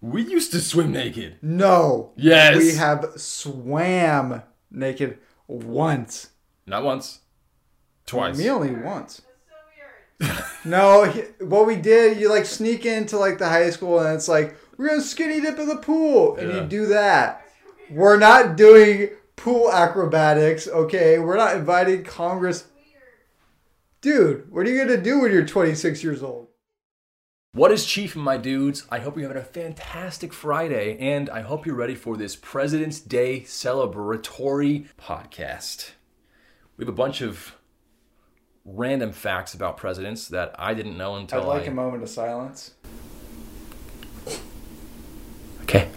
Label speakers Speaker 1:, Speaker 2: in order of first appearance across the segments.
Speaker 1: We used to swim naked.
Speaker 2: No.
Speaker 1: Yes.
Speaker 2: We have swam naked once.
Speaker 1: Not once. Twice.
Speaker 2: Me only once. No, he, what we did, you like sneak into like the high school and it's like, we're going to skinny dip in the pool. And
Speaker 1: Yeah.
Speaker 2: you do that. We're not doing pool acrobatics, okay? We're not inviting Congress. Dude, what are you going to do when you're 26 years old?
Speaker 1: What is Chief, my dudes? I hope you're having a fantastic Friday, and I hope you're ready for this President's Day celebratory podcast. We have a bunch of random facts about presidents that I didn't know until
Speaker 2: I'd like
Speaker 1: I...
Speaker 2: a moment of silence.
Speaker 1: Okay.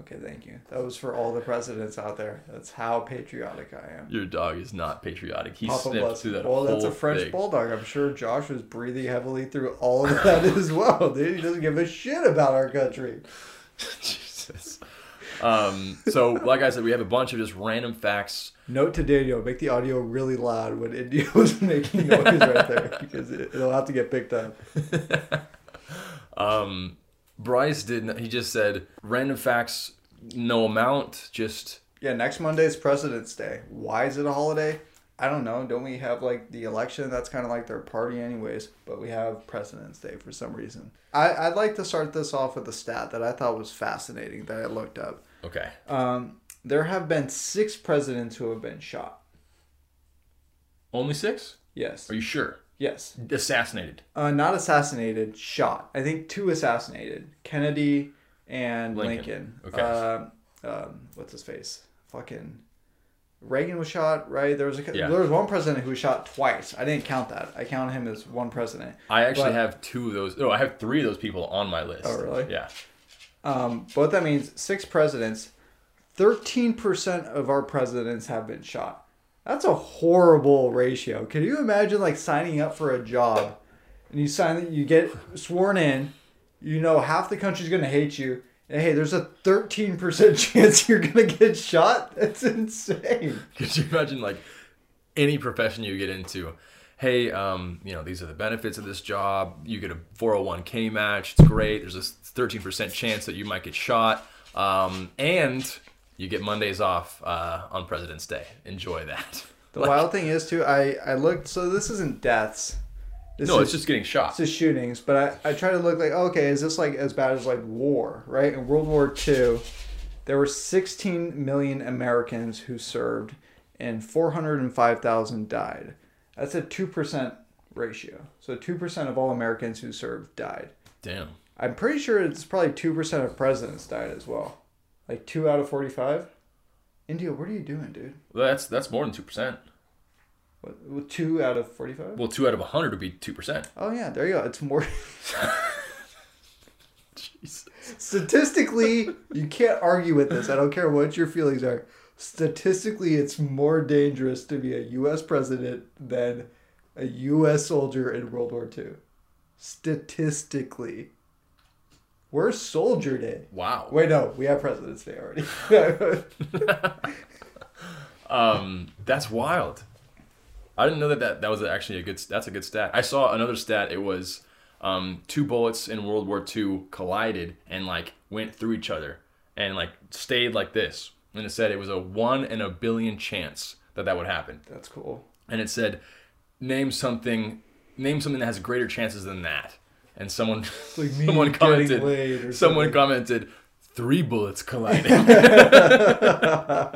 Speaker 2: Okay, thank you. That was for all the presidents out there. That's how patriotic I am.
Speaker 1: Your dog is not patriotic. He
Speaker 2: Papa
Speaker 1: sniffed
Speaker 2: bless.
Speaker 1: through that
Speaker 2: well,
Speaker 1: whole
Speaker 2: that's a French
Speaker 1: thing.
Speaker 2: bulldog. I'm sure Josh was breathing heavily through all of that as well, dude. He doesn't give a shit about our country.
Speaker 1: Jesus. Um, so, like I said, we have a bunch of just random facts.
Speaker 2: Note to Daniel: make the audio really loud when India was making noise right there because it, it'll have to get picked up.
Speaker 1: Um, Bryce didn't. He just said random facts, no amount, just
Speaker 2: Yeah, next Monday is President's Day. Why is it a holiday? I don't know. Don't we have like the election? That's kind of like their party, anyways. But we have President's Day for some reason. I, I'd like to start this off with a stat that I thought was fascinating that I looked up.
Speaker 1: okay.
Speaker 2: Um, there have been six presidents who have been shot.
Speaker 1: Only six?
Speaker 2: Yes.
Speaker 1: Are you sure?
Speaker 2: Yes.
Speaker 1: Assassinated.
Speaker 2: Uh, not assassinated, shot. I think two assassinated Kennedy and
Speaker 1: Lincoln. Okay.
Speaker 2: Lincoln. Um, um, what's his face? Fucking. Reagan was shot, right? There was a
Speaker 1: Yeah.
Speaker 2: there was one president who was shot twice. I didn't count that. I count him as one president.
Speaker 1: I actually
Speaker 2: But-
Speaker 1: have two of those. No, I have three of those people on my list.
Speaker 2: Oh, really?
Speaker 1: Yeah.
Speaker 2: Um, but what that means six presidents, thirteen percent of our presidents have been shot. That's a horrible ratio. Can you imagine like signing up for a job, and you sign, you get sworn in, you know half the country's gonna hate you, and hey, there's a thirteen percent chance you're gonna get shot. That's insane.
Speaker 1: Could you imagine like any profession you get into? Hey, um, you know, these are the benefits of this job. You get a 401k match. It's great. There's a 13% chance that you might get shot. Um, and you get Mondays off uh, on President's Day. Enjoy that.
Speaker 2: The wild thing is too. I I looked. So this isn't deaths. This
Speaker 1: No,
Speaker 2: is-
Speaker 1: it's just getting shot.
Speaker 2: to shootings, but I, I try to look like, okay, is this like as bad as like war, right? In World War II, there were 16 million Americans who served and 405,000 died. That's a 2% ratio. So 2% of all Americans who served died.
Speaker 1: Damn.
Speaker 2: I'm pretty sure it's probably 2% of presidents died as well. Like 2 out of 45. India, what are you doing, dude?
Speaker 1: Well, that's that's more than 2%.
Speaker 2: What, 2 out of 45?
Speaker 1: Well, 2 out of 100 would be 2%.
Speaker 2: Oh, yeah, there you go. It's more.
Speaker 1: Jeez.
Speaker 2: statistically, you can't argue with this. I don't care what your feelings are. Statistically, it's more dangerous to be a U.S. president than a U.S. soldier in World War II. Statistically, we're Soldier Day.
Speaker 1: Wow.
Speaker 2: Wait, no, we have President's Day already.
Speaker 1: Um, that's wild. I didn't know that, that that was actually a good. That's a good stat. I saw another stat. It was um, two bullets in World War II collided and like went through each other and like stayed like this. And it said it was a one in a billion chance that that would happen.
Speaker 2: That's cool.
Speaker 1: And it said, name something, name something that has greater chances than that. And someone,
Speaker 2: like me
Speaker 1: someone
Speaker 2: getting laid
Speaker 1: commented,
Speaker 2: or
Speaker 1: someone
Speaker 2: something.
Speaker 1: commented, three bullets colliding.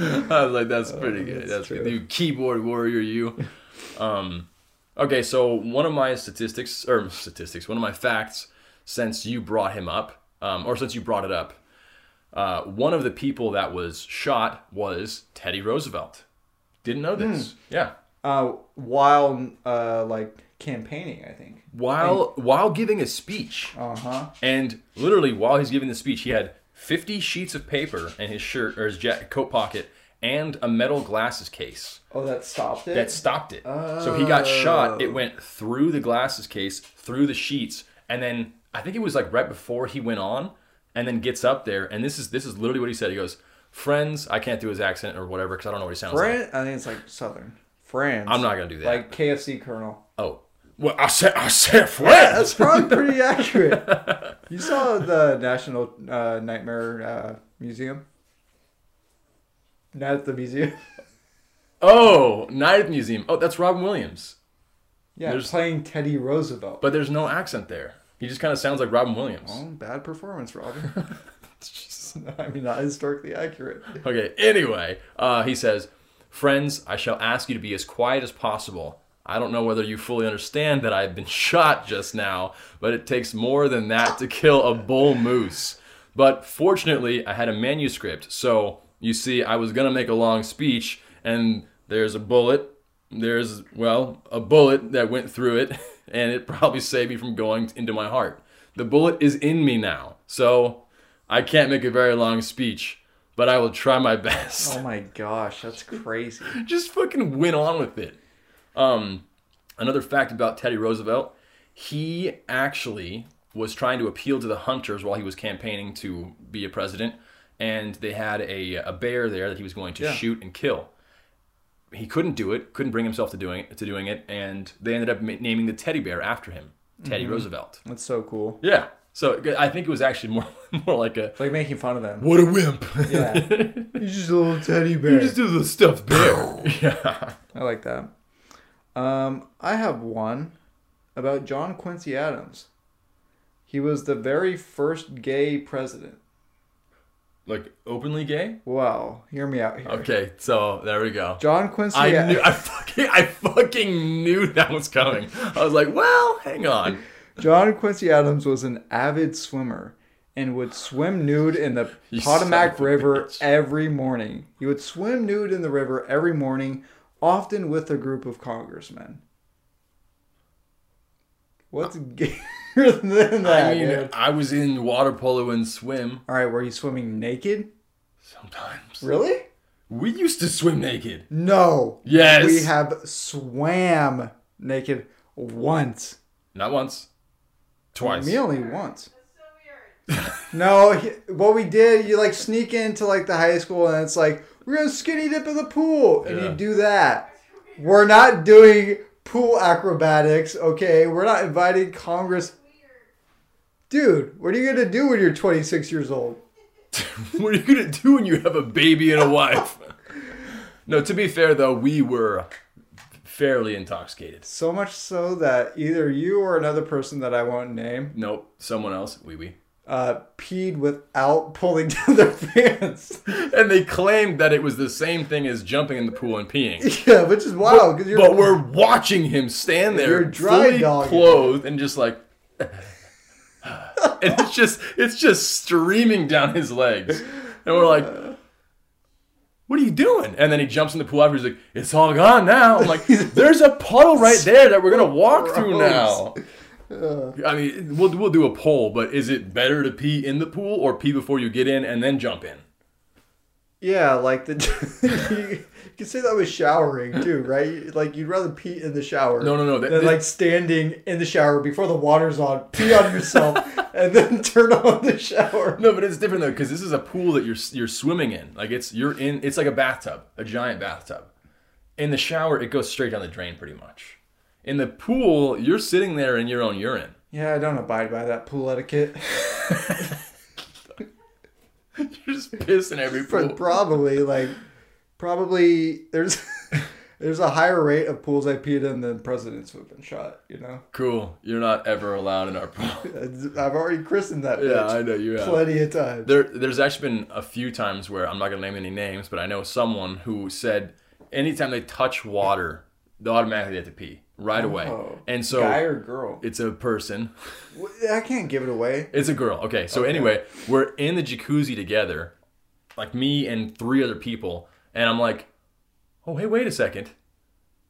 Speaker 1: I was like, that's pretty good.
Speaker 2: Oh, that's
Speaker 1: That's, good.
Speaker 2: true.
Speaker 1: You keyboard warrior, you. Um, okay, so one of my statistics, or statistics, one of my facts, since you brought him up, um, or since you brought it up, uh, one of the people that was shot was Teddy Roosevelt. Didn't know this. Yeah.
Speaker 2: Uh, while uh, like campaigning, I think.
Speaker 1: While while giving a speech,
Speaker 2: Uh huh.
Speaker 1: and literally while he's giving the speech, he had 50 sheets of paper in his shirt or his jacket, coat pocket and a metal glasses case.
Speaker 2: Oh, that stopped it.
Speaker 1: that stopped it. So he got shot. It went through the glasses case, through the sheets, and then I think it was like right before he went on, and then gets up there, and this is this is literally what he said. He goes, "Friends, I can't do his accent or whatever because I don't know what he sounds like.
Speaker 2: France. I think it's like Southern France.
Speaker 1: I'm not gonna do that."
Speaker 2: like KFC Colonel.
Speaker 1: oh, Well, I said, I said
Speaker 2: Yeah, that's
Speaker 1: France.
Speaker 2: probably pretty accurate. You saw the National uh, Nightmare uh, Museum? Not at the museum.
Speaker 1: Oh, Night at the Museum. Oh, that's Robin Williams.
Speaker 2: Yeah,
Speaker 1: There's-
Speaker 2: playing Teddy Roosevelt.
Speaker 1: But there's no accent there. He just kind of sounds like Robin Williams.
Speaker 2: Oh, bad performance, Roger. I mean, not historically accurate.
Speaker 1: Okay, anyway, uh, he says, Friends, I shall ask you to be as quiet as possible. I don't know whether you fully understand that I've been shot just now, but it takes more than that to kill a bull moose. But fortunately, I had a manuscript, so you see, I was gonna make a long speech, and there's a bullet. There's, well, a bullet that went through it, and it probably saved me from going into my heart. The bullet is in me now, so I can't make a very long speech, but I will try my best
Speaker 2: Oh my gosh, that's crazy.
Speaker 1: just fucking went on with it. Um, another fact about Teddy Roosevelt, he actually was trying to appeal to the hunters while he was campaigning to be a president, and they had a, a bear there that he was going to
Speaker 2: Yeah.
Speaker 1: shoot and kill. He couldn't do it, couldn't bring himself to doing it, to doing it, and they ended up ma- naming the teddy bear after him, Teddy Roosevelt.
Speaker 2: That's so cool.
Speaker 1: Mm-hmm. Yeah, so I think it was actually more more like a
Speaker 2: It's like making fun of them.
Speaker 1: what a wimp.
Speaker 2: Yeah. He's just a little teddy bear.
Speaker 1: just do the stuffed bear. yeah.
Speaker 2: I like that. Um, I have one about John Quincy Adams. He was the very first gay president.
Speaker 1: Like openly gay?
Speaker 2: Wow, hear me out here.
Speaker 1: Okay, so there we go.
Speaker 2: John Quincy.
Speaker 1: I
Speaker 2: Ad-
Speaker 1: knew, I fucking, I fucking knew that was coming. I was like, well, hang on.
Speaker 2: John Quincy Adams was an avid swimmer and would swim nude in the
Speaker 1: You son
Speaker 2: Potomac
Speaker 1: of a
Speaker 2: River
Speaker 1: bitch.
Speaker 2: every morning. He would swim nude in the river every morning, often with a group of congressmen. What's gayer than that?
Speaker 1: Uh, I mean,
Speaker 2: dude?
Speaker 1: I was in water polo and swim
Speaker 2: All right, were you swimming naked?
Speaker 1: sometimes.
Speaker 2: Really?
Speaker 1: We used to swim naked.
Speaker 2: No.
Speaker 1: Yes.
Speaker 2: We have swam naked once.
Speaker 1: Not once, twice.
Speaker 2: Me only once. No, he, what we did, you like sneak into like the high school and it's like, we're going to skinny dip in the pool. And
Speaker 1: Yeah.
Speaker 2: you do that. We're not doing pool acrobatics, okay? We're not inviting Congress. Dude, what are you going to do when you're 26 years old?
Speaker 1: what are you gonna do when you have a baby and a wife? no, to be fair though, we were fairly intoxicated.
Speaker 2: So much so that either you or another person that I won't name
Speaker 1: Nope, someone else, wee wee.
Speaker 2: uh, peed without pulling down their pants.
Speaker 1: And they claimed that it was the same thing as jumping in the pool and peeing.
Speaker 2: yeah, which is wild because you're
Speaker 1: but we're watching him stand there,
Speaker 2: You're dry
Speaker 1: fully
Speaker 2: dogging.
Speaker 1: clothed, and just like, and it's just it's just streaming down his legs, and we're like, "What are you doing?" And then he jumps in the pool after. He's like, "It's all gone now." I'm like, "There's a puddle right there that we're gonna walk through now."
Speaker 2: Uh.
Speaker 1: I mean, we'll we'll do a poll, but is it better to pee in the pool or pee before you get in and then jump in?
Speaker 2: yeah, like the you, could say that was showering too, right? Like you'd rather pee in the shower.
Speaker 1: No, no, no, that-
Speaker 2: than
Speaker 1: that-
Speaker 2: like standing in the shower before the water's on, pee on yourself, and then turn on the shower.
Speaker 1: No, but it's different though because this is a pool that you're you're swimming in. Like it's you're in. It's like a bathtub, a giant bathtub. In the shower, it goes straight down the drain pretty much. In the pool, you're sitting there in your own urine.
Speaker 2: Yeah, I don't abide by that pool etiquette.
Speaker 1: You're just pissing every
Speaker 2: But
Speaker 1: pool.
Speaker 2: probably like probably there's there's a higher rate of pools I peed in than presidents who've been shot. You know,
Speaker 1: Cool. You're not ever allowed in our pool.
Speaker 2: I've already christened that.
Speaker 1: Yeah,
Speaker 2: bitch
Speaker 1: I know you have.
Speaker 2: plenty of times.
Speaker 1: There, there's actually been a few times where I'm not gonna name any names, but I know someone who said anytime they touch water, they automatically have to pee right away.
Speaker 2: Oh.
Speaker 1: and so
Speaker 2: guy or girl?
Speaker 1: it's a person.
Speaker 2: Wh- I can't give it away.
Speaker 1: It's a girl. Okay. So anyway, we're in the jacuzzi together, like me and three other people, and I'm like, "Oh, hey, wait a second.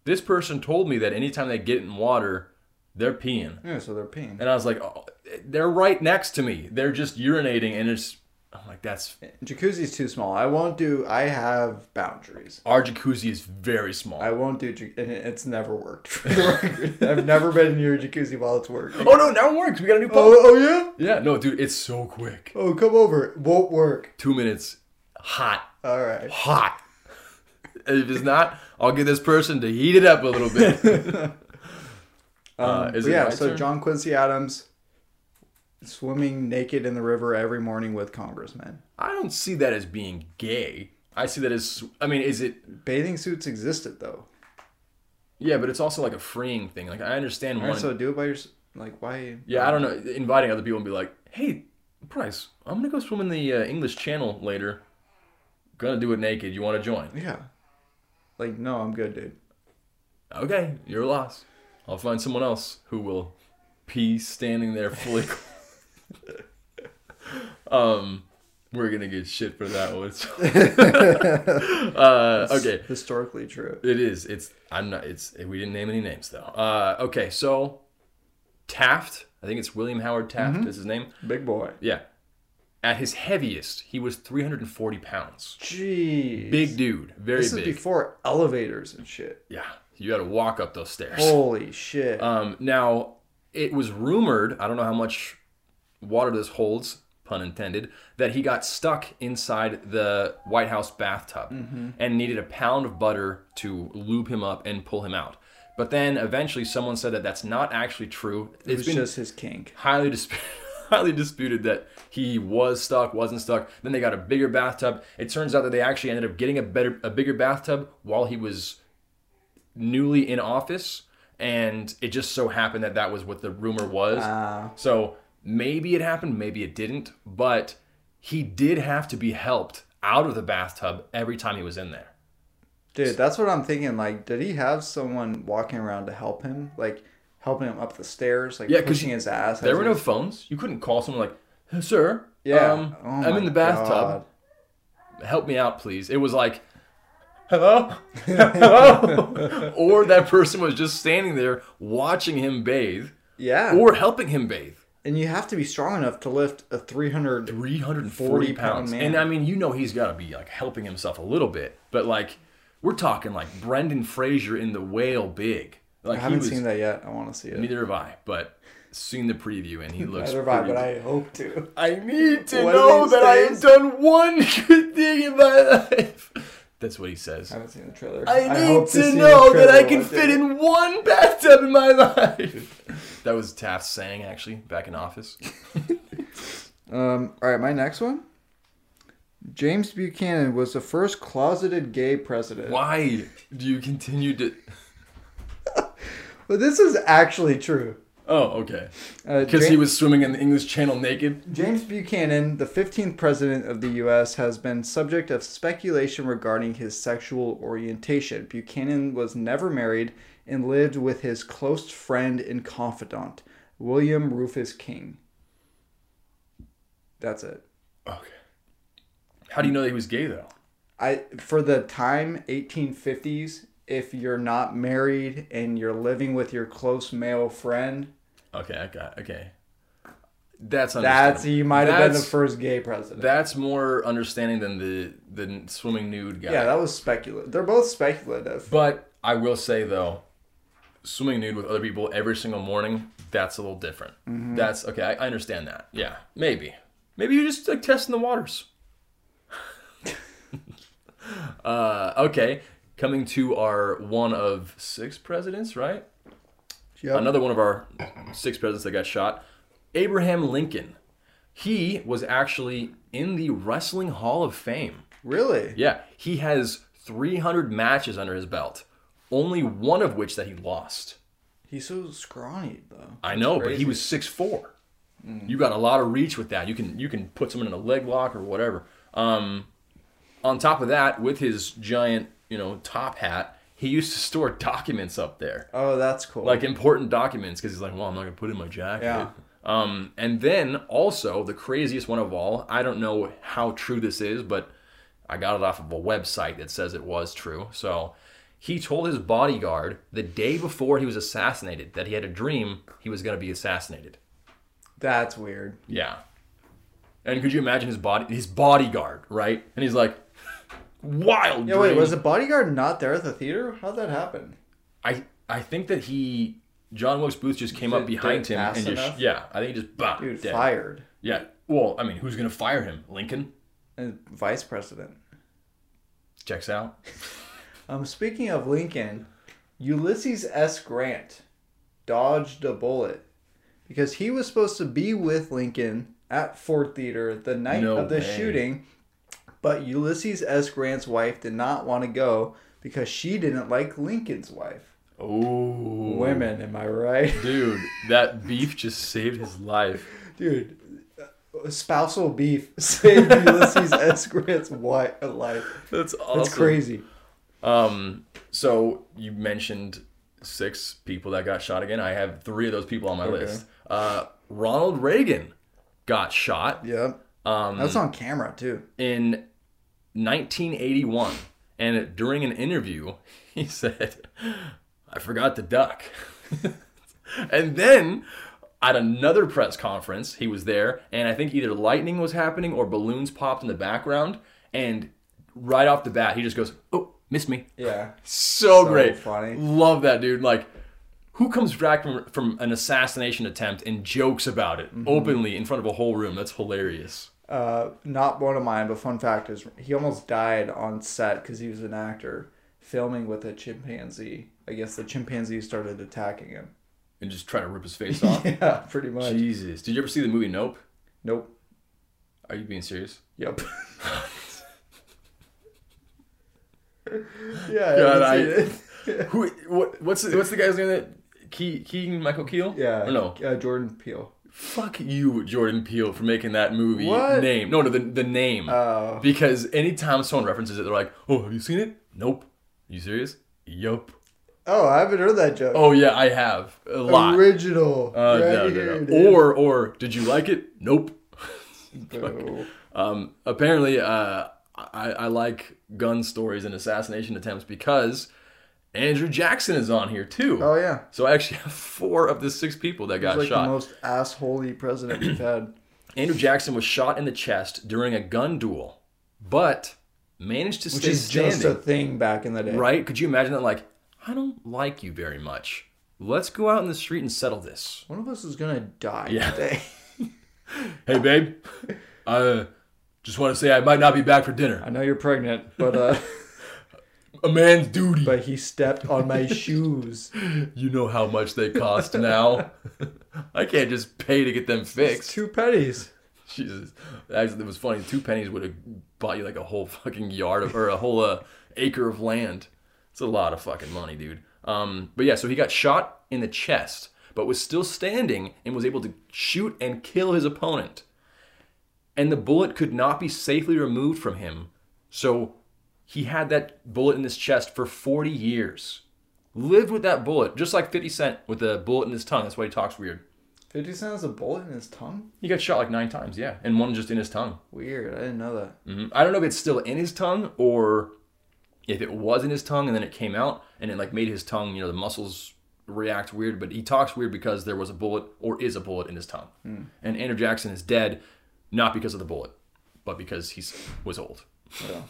Speaker 1: This person told me that anytime they get in water, they're peeing."
Speaker 2: Yeah, so they're peeing.
Speaker 1: And I was like, oh, "They're right next to me. They're just urinating and it's I'm like, that's
Speaker 2: Jacuzzi's too small. I won't do. I have boundaries.
Speaker 1: our jacuzzi is very small."
Speaker 2: I won't do. jac- And it- it's never worked. For the record, I've never been near a jacuzzi while it's working.
Speaker 1: oh no, now it works. We got a new pump.
Speaker 2: Oh, oh yeah.
Speaker 1: Yeah, no, dude, it's so quick.
Speaker 2: Oh, come over. It won't work.
Speaker 1: 2 minutes. Hot.
Speaker 2: All right.
Speaker 1: Hot. If it's not, I'll get this person to heat it up a little bit. Uh, is
Speaker 2: Um, but
Speaker 1: it
Speaker 2: yeah,
Speaker 1: my
Speaker 2: so
Speaker 1: turn?
Speaker 2: John Quincy Adams swimming naked in the river every morning with congressmen.
Speaker 1: I don't see that as being gay. I see that as I mean, is it?
Speaker 2: Bathing suits existed though.
Speaker 1: Yeah, but it's also like a freeing thing. Like I understand
Speaker 2: All
Speaker 1: one.
Speaker 2: right, so do it by your like why?
Speaker 1: yeah, I don't know. Inviting other people and be like, hey, Price, I'm gonna go swim in the uh, English Channel later. Gonna do it naked. You want to join?
Speaker 2: Yeah, like no, I'm good, dude.
Speaker 1: okay, you're lost. I'll find someone else who will pee standing there fully. cl- um, we're gonna get shit for that one. so- uh, okay,
Speaker 2: historically true.
Speaker 1: it is. It's. I'm not. It's. We didn't name any names though. Uh, okay, so Taft. I think it's William Howard Taft
Speaker 2: Mm-hmm.
Speaker 1: is his name.
Speaker 2: Big boy.
Speaker 1: Yeah. At his heaviest, he was 340 pounds.
Speaker 2: Jeez.
Speaker 1: Big dude, very
Speaker 2: This is
Speaker 1: big.
Speaker 2: before elevators and shit.
Speaker 1: yeah, you got to walk up those stairs.
Speaker 2: Holy shit.
Speaker 1: Um, now, it was rumored, I don't know how much water this holds, pun intended, that he got stuck inside the White House bathtub
Speaker 2: Mm-hmm.
Speaker 1: and needed a pound of butter to lube him up and pull him out. But then eventually someone said that that's not actually true.
Speaker 2: it
Speaker 1: It's
Speaker 2: was
Speaker 1: been
Speaker 2: just his kink.
Speaker 1: highly disputed. Highly disputed that he was stuck, wasn't stuck. Then they got a bigger bathtub. It turns out that they actually ended up getting a better, a bigger bathtub while he was newly in office, and it just so happened that that was what the rumor was.
Speaker 2: Ah.
Speaker 1: So maybe it happened, maybe it didn't, but he did have to be helped out of the bathtub every time he was in there.
Speaker 2: Dude, that's what I'm thinking. Like, did he have someone walking around to help him? Like, helping him up the stairs? Like,
Speaker 1: Yeah, 'cause
Speaker 2: pushing his ass?
Speaker 1: There
Speaker 2: as
Speaker 1: were
Speaker 2: he-
Speaker 1: no phones. You couldn't call someone like, "Hey, "Sir,
Speaker 2: Yeah.
Speaker 1: um,
Speaker 2: Oh
Speaker 1: I'm
Speaker 2: my
Speaker 1: in the bathtub."
Speaker 2: God.
Speaker 1: help me out, please. It was like, hello, hello, or that person was just standing there watching him bathe
Speaker 2: Yeah.
Speaker 1: or helping him bathe.
Speaker 2: and you have to be strong enough to lift a 300.
Speaker 1: 340 pounds.
Speaker 2: man.
Speaker 1: And I mean, you know, he's got to be like helping himself a little bit, but like, we're talking like Brendan Fraser in the whale big. Like,
Speaker 2: I
Speaker 1: he
Speaker 2: haven't
Speaker 1: was,
Speaker 2: seen that yet. I want to see it.
Speaker 1: Neither have I, but seen the preview and he looks.
Speaker 2: Neither have I,
Speaker 1: pretty-
Speaker 2: but I hope to.
Speaker 1: I need to
Speaker 2: One of
Speaker 1: know
Speaker 2: these
Speaker 1: that I have
Speaker 2: days.
Speaker 1: done one good thing in my life. That's what he says.
Speaker 2: I haven't seen the trailer.
Speaker 1: I need
Speaker 2: hope
Speaker 1: to,
Speaker 2: see the
Speaker 1: know that I
Speaker 2: trailer
Speaker 1: can
Speaker 2: one
Speaker 1: fit
Speaker 2: day.
Speaker 1: in one bathtub in my life. that was Taft saying actually back in office.
Speaker 2: Um, all right, my next one. James Buchanan was the first closeted gay president.
Speaker 1: Why do you continue to?
Speaker 2: But this is actually true.
Speaker 1: Oh, okay.
Speaker 2: Uh,
Speaker 1: Because
Speaker 2: Ja-
Speaker 1: he was swimming in the English Channel naked.
Speaker 2: James Buchanan, the 15th president of the U.S., has been subject of speculation regarding his sexual orientation. Buchanan was never married and lived with his close friend and confidant, William Rufus King. That's it.
Speaker 1: Okay. How do you know that he was gay though?
Speaker 2: I for the time 1850s, if you're not married and you're living with your close male friend,
Speaker 1: Okay, I got. Okay. That's
Speaker 2: that's
Speaker 1: understandable.
Speaker 2: you might have been the
Speaker 1: That's-
Speaker 2: first gay president.
Speaker 1: That's more understanding than the the swimming nude guy.
Speaker 2: yeah, that was speculative. They're both speculative.
Speaker 1: But I will say though, swimming nude with other people every single morning, that's a little different. That's okay. I, I understand that. Yeah, maybe. Maybe you're just like testing the waters. uh, okay, coming to our one of six presidents, right?
Speaker 2: Yep.
Speaker 1: Another one of our six presidents that got shot, Abraham Lincoln. He was actually in the Wrestling Hall of Fame.
Speaker 2: Really?
Speaker 1: Yeah, he has 300 matches under his belt, only one of which that he lost.
Speaker 2: He's so scrawny though.
Speaker 1: I know, but he was 6'4". You got a lot of reach with that. You can you can put someone in a leg lock or whatever. Um, on top of that, with his giant you know top hat, he used to store documents up there,
Speaker 2: Oh, that's cool.
Speaker 1: like important documents, because he's like, well, I'm not gonna put it in my jacket.
Speaker 2: Yeah.
Speaker 1: Um, and then also the craziest one of all, I don't know how true this is, but I got it off of a website that says it was true. So he told his bodyguard the day before he was assassinated that he had a dream he was going to be assassinated.
Speaker 2: that's weird.
Speaker 1: Yeah. And could you imagine his body, his bodyguard, right? And he's like, wild.
Speaker 2: Yeah, wait,
Speaker 1: dream."
Speaker 2: was the bodyguard not there at the theater? How'd that happen?
Speaker 1: I I think that he John Wilkes Booth just came up
Speaker 2: Did- did
Speaker 1: behind
Speaker 2: it
Speaker 1: him
Speaker 2: fast
Speaker 1: and just
Speaker 2: enough?
Speaker 1: yeah. I think he just bah,
Speaker 2: Dude,
Speaker 1: dead.
Speaker 2: fired.
Speaker 1: Yeah. Well, I mean, who's gonna fire him? Lincoln
Speaker 2: And vice president.
Speaker 1: checks out.
Speaker 2: Um, speaking of Lincoln, Ulysses S. Grant dodged a bullet because he was supposed to be with Lincoln at Ford Theater the night
Speaker 1: No
Speaker 2: of the
Speaker 1: way.
Speaker 2: shooting, but Ulysses S. Grant's wife did not want to go because she didn't like Lincoln's wife.
Speaker 1: Oh,
Speaker 2: Women, am I right?
Speaker 1: dude, that beef just saved his life.
Speaker 2: Dude, uh, spousal beef saved Ulysses S. Grant's wi- life.
Speaker 1: That's awesome.
Speaker 2: That's crazy.
Speaker 1: Um, so you mentioned six people that got shot again. I have three of those people on my list. Uh, Ronald Reagan got shot
Speaker 2: Yeah.
Speaker 1: um,
Speaker 2: That's on camera, too.
Speaker 1: in 1981, and during an interview, he said, "I forgot to duck," and then. At another press conference, he was there, and I think either lightning was happening or balloons popped in the background. And right off the bat, he just goes, "Oh, missed me."
Speaker 2: Yeah.
Speaker 1: so,
Speaker 2: So
Speaker 1: great.
Speaker 2: funny.
Speaker 1: Love that dude. Like, who comes back from, from an assassination attempt and jokes about it
Speaker 2: Mm-hmm.
Speaker 1: openly in front of a whole room? That's hilarious.
Speaker 2: Uh, not one of mine, but fun fact is he almost died on set because he was an actor filming with a chimpanzee. I guess the chimpanzee started attacking him.
Speaker 1: And just try to rip his face off.
Speaker 2: Yeah, pretty much.
Speaker 1: Jesus. Did you ever see the movie Nope?
Speaker 2: Nope.
Speaker 1: Are you being serious?
Speaker 2: Yep. yeah,
Speaker 1: God,
Speaker 2: I
Speaker 1: I-
Speaker 2: haven't seen it.
Speaker 1: Who? What, what's the, what's the guy's name? That Ke- Keegan Michael Keel?
Speaker 2: yeah.
Speaker 1: Or Oh, no.
Speaker 2: Uh, Jordan Peele.
Speaker 1: Fuck you, Jordan Peele, for making that movie
Speaker 2: What?
Speaker 1: name. No, no, the, the name.
Speaker 2: Oh.
Speaker 1: Because anytime someone references it, they're like, "Oh, have you seen it? Nope. you serious? Yup.
Speaker 2: Oh, I haven't heard that joke.
Speaker 1: Oh yeah, I have a lot.
Speaker 2: Original.
Speaker 1: Uh,
Speaker 2: right
Speaker 1: no, no,
Speaker 2: here,
Speaker 1: no.
Speaker 2: dude.
Speaker 1: Or or did you like it? Nope.
Speaker 2: Boo.
Speaker 1: Um, apparently, uh, I, I like gun stories and assassination attempts because Andrew Jackson is on here too.
Speaker 2: Oh yeah.
Speaker 1: So I actually have four of the six people that got
Speaker 2: He's like
Speaker 1: shot.
Speaker 2: the most assholey president we've had.
Speaker 1: Andrew Jackson was shot in the chest during a gun duel, but managed to
Speaker 2: Which
Speaker 1: stay
Speaker 2: is
Speaker 1: standing.
Speaker 2: just a thing back in the day.
Speaker 1: right? Could you imagine that? Like, I don't like you very much. Let's go out in the street and settle this.
Speaker 2: One of us is gonna die
Speaker 1: Yeah.
Speaker 2: today.
Speaker 1: Hey, babe. I uh, just want to say I might not be back for dinner.
Speaker 2: I know you're pregnant, but uh,
Speaker 1: a man's duty.
Speaker 2: but he stepped on my shoes.
Speaker 1: you know how much they cost now. I can't just pay to get them fixed.
Speaker 2: Two pennies.
Speaker 1: Jesus, actually, it was funny. Two pennies would have bought you like a whole fucking yard of, or a whole uh, acre of land. It's a lot of fucking money, dude. Um, but yeah, so he got shot in the chest, but was still standing and was able to shoot and kill his opponent. And the bullet could not be safely removed from him, so he had that bullet in his chest for 40 years. Lived with that bullet, just like 50 Cent with the bullet in his tongue. That's why he talks weird.
Speaker 2: Fifty Cent has a bullet in his tongue.
Speaker 1: He got shot like nine times, yeah, and one just in his tongue.
Speaker 2: Weird. I didn't know that.
Speaker 1: Mhm. I don't know if it's still in his tongue or if it was in his tongue and then it came out and it like made his tongue, you know, the muscles react weird. But he talks weird because there was a bullet or is a bullet in his tongue. And Andrew Jackson is dead, not because of the bullet, but because he was old.
Speaker 2: Mm.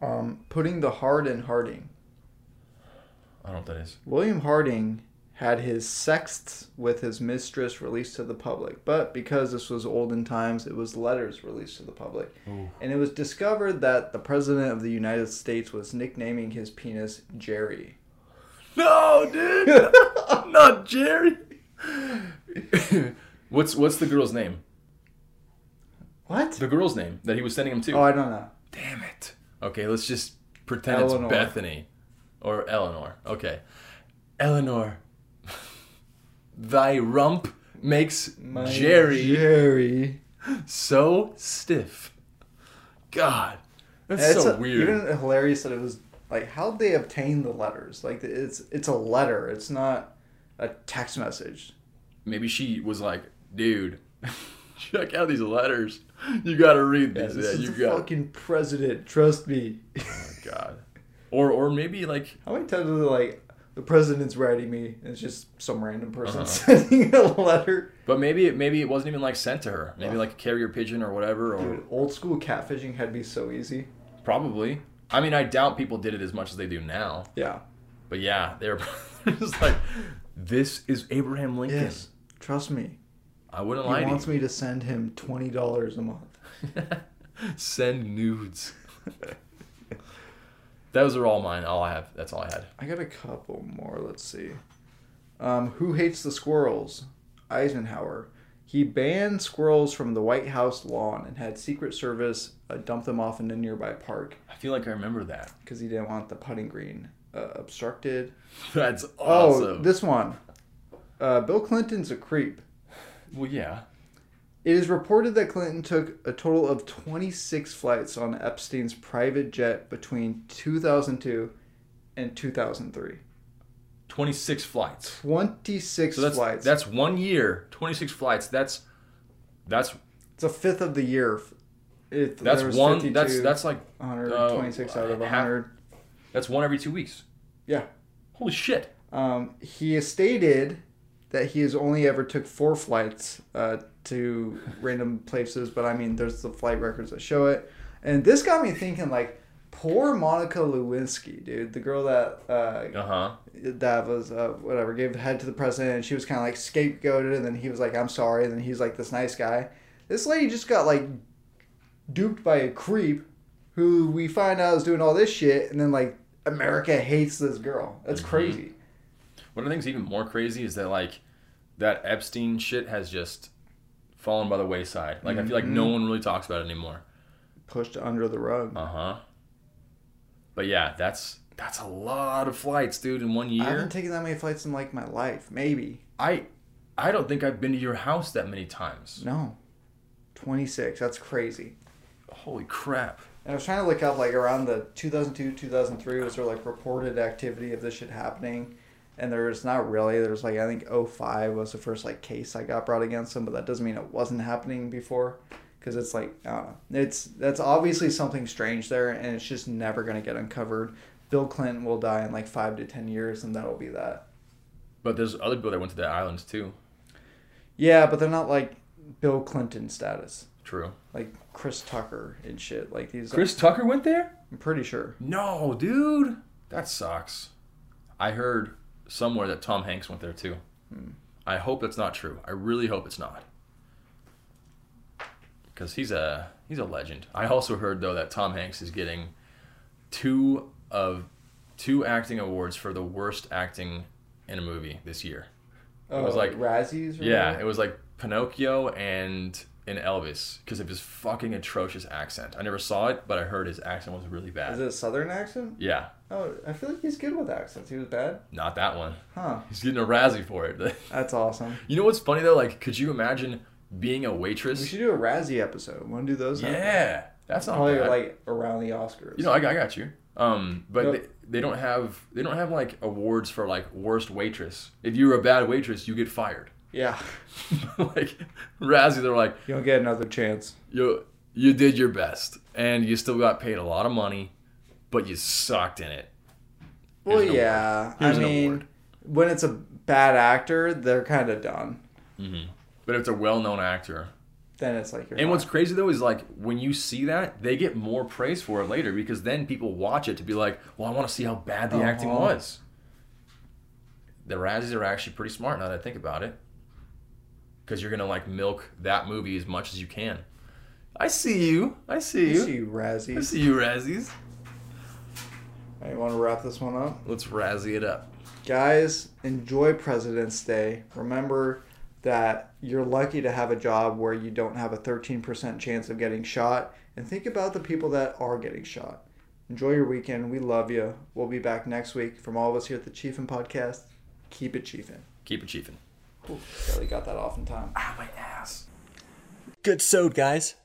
Speaker 2: Um, putting the hard in Harding.
Speaker 1: I don't know what that is.
Speaker 2: William Harding had his sexts with his mistress released to the public, but because this was olden times, it was letters released to the public. And it was discovered that the President of the United States was nicknaming his penis Jerry.
Speaker 1: No, dude, not Jerry. what's what's the girl's name?
Speaker 2: What?
Speaker 1: The girl's name that he was sending him to.
Speaker 2: Oh, I don't know.
Speaker 1: Damn it. Okay, let's just pretend
Speaker 2: Eleanor.
Speaker 1: it's Bethany or Eleanor. Okay. Eleanor, thy rump makes
Speaker 2: My
Speaker 1: Jerry
Speaker 2: Jerry.
Speaker 1: so stiff. God, that's
Speaker 2: And
Speaker 1: so
Speaker 2: a-
Speaker 1: weird.
Speaker 2: Even hilarious that it was like how'd they obtain the letters? Like it's it's a letter. It's not a text message.
Speaker 1: Maybe she was like, dude, check out these letters. You gotta read these.
Speaker 2: this
Speaker 1: Yeah,
Speaker 2: is
Speaker 1: you
Speaker 2: the
Speaker 1: got.
Speaker 2: fucking president. Trust me.
Speaker 1: God. Or or maybe like
Speaker 2: How many times was it like the president's writing me and it's just some random person
Speaker 1: Uh-huh.
Speaker 2: sending a letter?
Speaker 1: but maybe it maybe it wasn't even like sent to her. Maybe like a carrier pigeon or whatever or
Speaker 2: Dude, old school catfishing had to be so easy.
Speaker 1: Probably. I mean, I doubt people did it as much as they do now.
Speaker 2: Yeah.
Speaker 1: But yeah, they were just like, this is Abraham Lincoln.
Speaker 2: Yes. Trust me.
Speaker 1: I wouldn't
Speaker 2: He
Speaker 1: lie
Speaker 2: wants
Speaker 1: to
Speaker 2: me to send him twenty dollars a month.
Speaker 1: you. Send nudes. Those are all mine. All I have. That's all I had.
Speaker 2: I got a couple more. Let's see. Um, Who Hates the Squirrels? Eisenhower. He banned squirrels from the White House lawn and had Secret Service uh, dump them off in a nearby park
Speaker 1: I feel like I remember that.
Speaker 2: because he didn't want the putting green uh, obstructed.
Speaker 1: That's
Speaker 2: Oh,
Speaker 1: awesome.
Speaker 2: this one. Uh, Bill Clinton's a creep.
Speaker 1: well, yeah.
Speaker 2: It is reported that Clinton took a total of 26 flights on Epstein's private jet between 2002 and 2003.
Speaker 1: 26 flights.
Speaker 2: 26
Speaker 1: So that's
Speaker 2: flights.
Speaker 1: that's one year. 26 flights. That's that's
Speaker 2: it's a fifth of the year. If
Speaker 1: that's
Speaker 2: there was
Speaker 1: one.
Speaker 2: 52,
Speaker 1: That's that's like
Speaker 2: 126 out
Speaker 1: half-
Speaker 2: of 100.
Speaker 1: that's one every two weeks.
Speaker 2: Yeah.
Speaker 1: Holy shit.
Speaker 2: Um, he has stated that he has only ever took four flights uh, to random places, but I mean, there's the flight records that show it. And this got me thinking, like, poor Monica Lewinsky, dude, the girl that uh,
Speaker 1: Uh huh.
Speaker 2: that was uh, whatever gave head to the president, and she was kind of like scapegoated, and then he was like, "I'm sorry," and then he's like this nice guy. This lady just got like duped by a creep, who we find out is doing all this shit, and then like America hates this girl. That's
Speaker 1: Mhm.
Speaker 2: crazy.
Speaker 1: One of the things even more crazy is that like that Epstein shit has just fallen by the wayside. Like I feel like no one really talks about it anymore.
Speaker 2: pushed under the rug.
Speaker 1: Uh huh. But yeah, that's that's a lot of flights, dude, in one
Speaker 2: I haven't
Speaker 1: year.
Speaker 2: taken that many flights in like my life. Maybe
Speaker 1: I I don't think I've been to your house that many times.
Speaker 2: no, twenty six. That's crazy.
Speaker 1: Holy crap.
Speaker 2: And I was trying to look up like around the 2002, 2003 was there like reported activity of this shit happening, and there's not really. There's like I think 05 was the first like case I got brought against them, but that doesn't mean it wasn't happening before, because it's like I don't know. It's that's obviously something strange there, and it's just never gonna get uncovered. Bill Clinton will die in like five to ten years, and that'll be that.
Speaker 1: But there's other people that went to the islands too.
Speaker 2: Yeah, but they're not like Bill Clinton status,
Speaker 1: True.
Speaker 2: like Chris Tucker and shit. Like these,
Speaker 1: Chris Tucker went there?
Speaker 2: I'm pretty sure.
Speaker 1: No, dude. That sucks. I heard somewhere that Tom Hanks went there too.
Speaker 2: Hmm.
Speaker 1: I hope that's not true. I really hope it's not. Cuz he's a he's a legend. I also heard though that Tom Hanks is getting two of two acting awards for the worst acting in a movie this year.
Speaker 2: Oh,
Speaker 1: was like-
Speaker 2: Razzies. Or
Speaker 1: Yeah,
Speaker 2: whatever?
Speaker 1: it was like Pinocchio and and Elvis because of his fucking atrocious accent. I never saw it, but I heard his accent was really bad.
Speaker 2: Is it a Southern accent?
Speaker 1: Yeah,
Speaker 2: Oh, I feel like he's good with accents. He was bad,
Speaker 1: not that one.
Speaker 2: huh?
Speaker 1: He's getting a Razzie for it.
Speaker 2: That's awesome.
Speaker 1: you know what's funny though? Like, could you imagine being a
Speaker 2: We
Speaker 1: waitress?
Speaker 2: should do a Razzie episode. Want to do those?
Speaker 1: yeah, that's not
Speaker 2: Probably
Speaker 1: bad.
Speaker 2: like around the Oscars.
Speaker 1: you know, I, I got you. Um, but
Speaker 2: Yep.
Speaker 1: they, they don't have they don't have like awards for like worst waitress. If you were a bad waitress, you get fired.
Speaker 2: yeah.
Speaker 1: like Razzie, they're like,
Speaker 2: You don't get another chance.
Speaker 1: you you did your best and you still got paid a lot of money but you sucked in it
Speaker 2: Well,
Speaker 1: Here's an
Speaker 2: yeah. I
Speaker 1: Here's an
Speaker 2: mean,
Speaker 1: award.
Speaker 2: when it's a bad actor, they're kind of done. Mm-hmm.
Speaker 1: but if it's a well-known actor
Speaker 2: Then it's like you're.
Speaker 1: and
Speaker 2: not.
Speaker 1: what's crazy though is like when you see that they get more praise for it later because then people watch it to be like well i want to see how bad the acting
Speaker 2: Uh-huh.
Speaker 1: was the razzies are actually pretty smart now that i think about it because you're gonna like milk that movie as much as you can i see you i see you,
Speaker 2: you see
Speaker 1: i
Speaker 2: Razzies.
Speaker 1: see you razzies
Speaker 2: All right, want to wrap this one up?
Speaker 1: let's razzie it up
Speaker 2: guys enjoy president's day remember that you're lucky to have a job where you don't have a 13% chance of getting shot and think about the people that are getting shot enjoy your weekend we love you we'll be back next week from all of us here at the chiefin podcast keep it chiefin
Speaker 1: keep it chiefin
Speaker 2: Ooh, barely got that off in time
Speaker 1: ah my ass
Speaker 3: Good sewed, guys.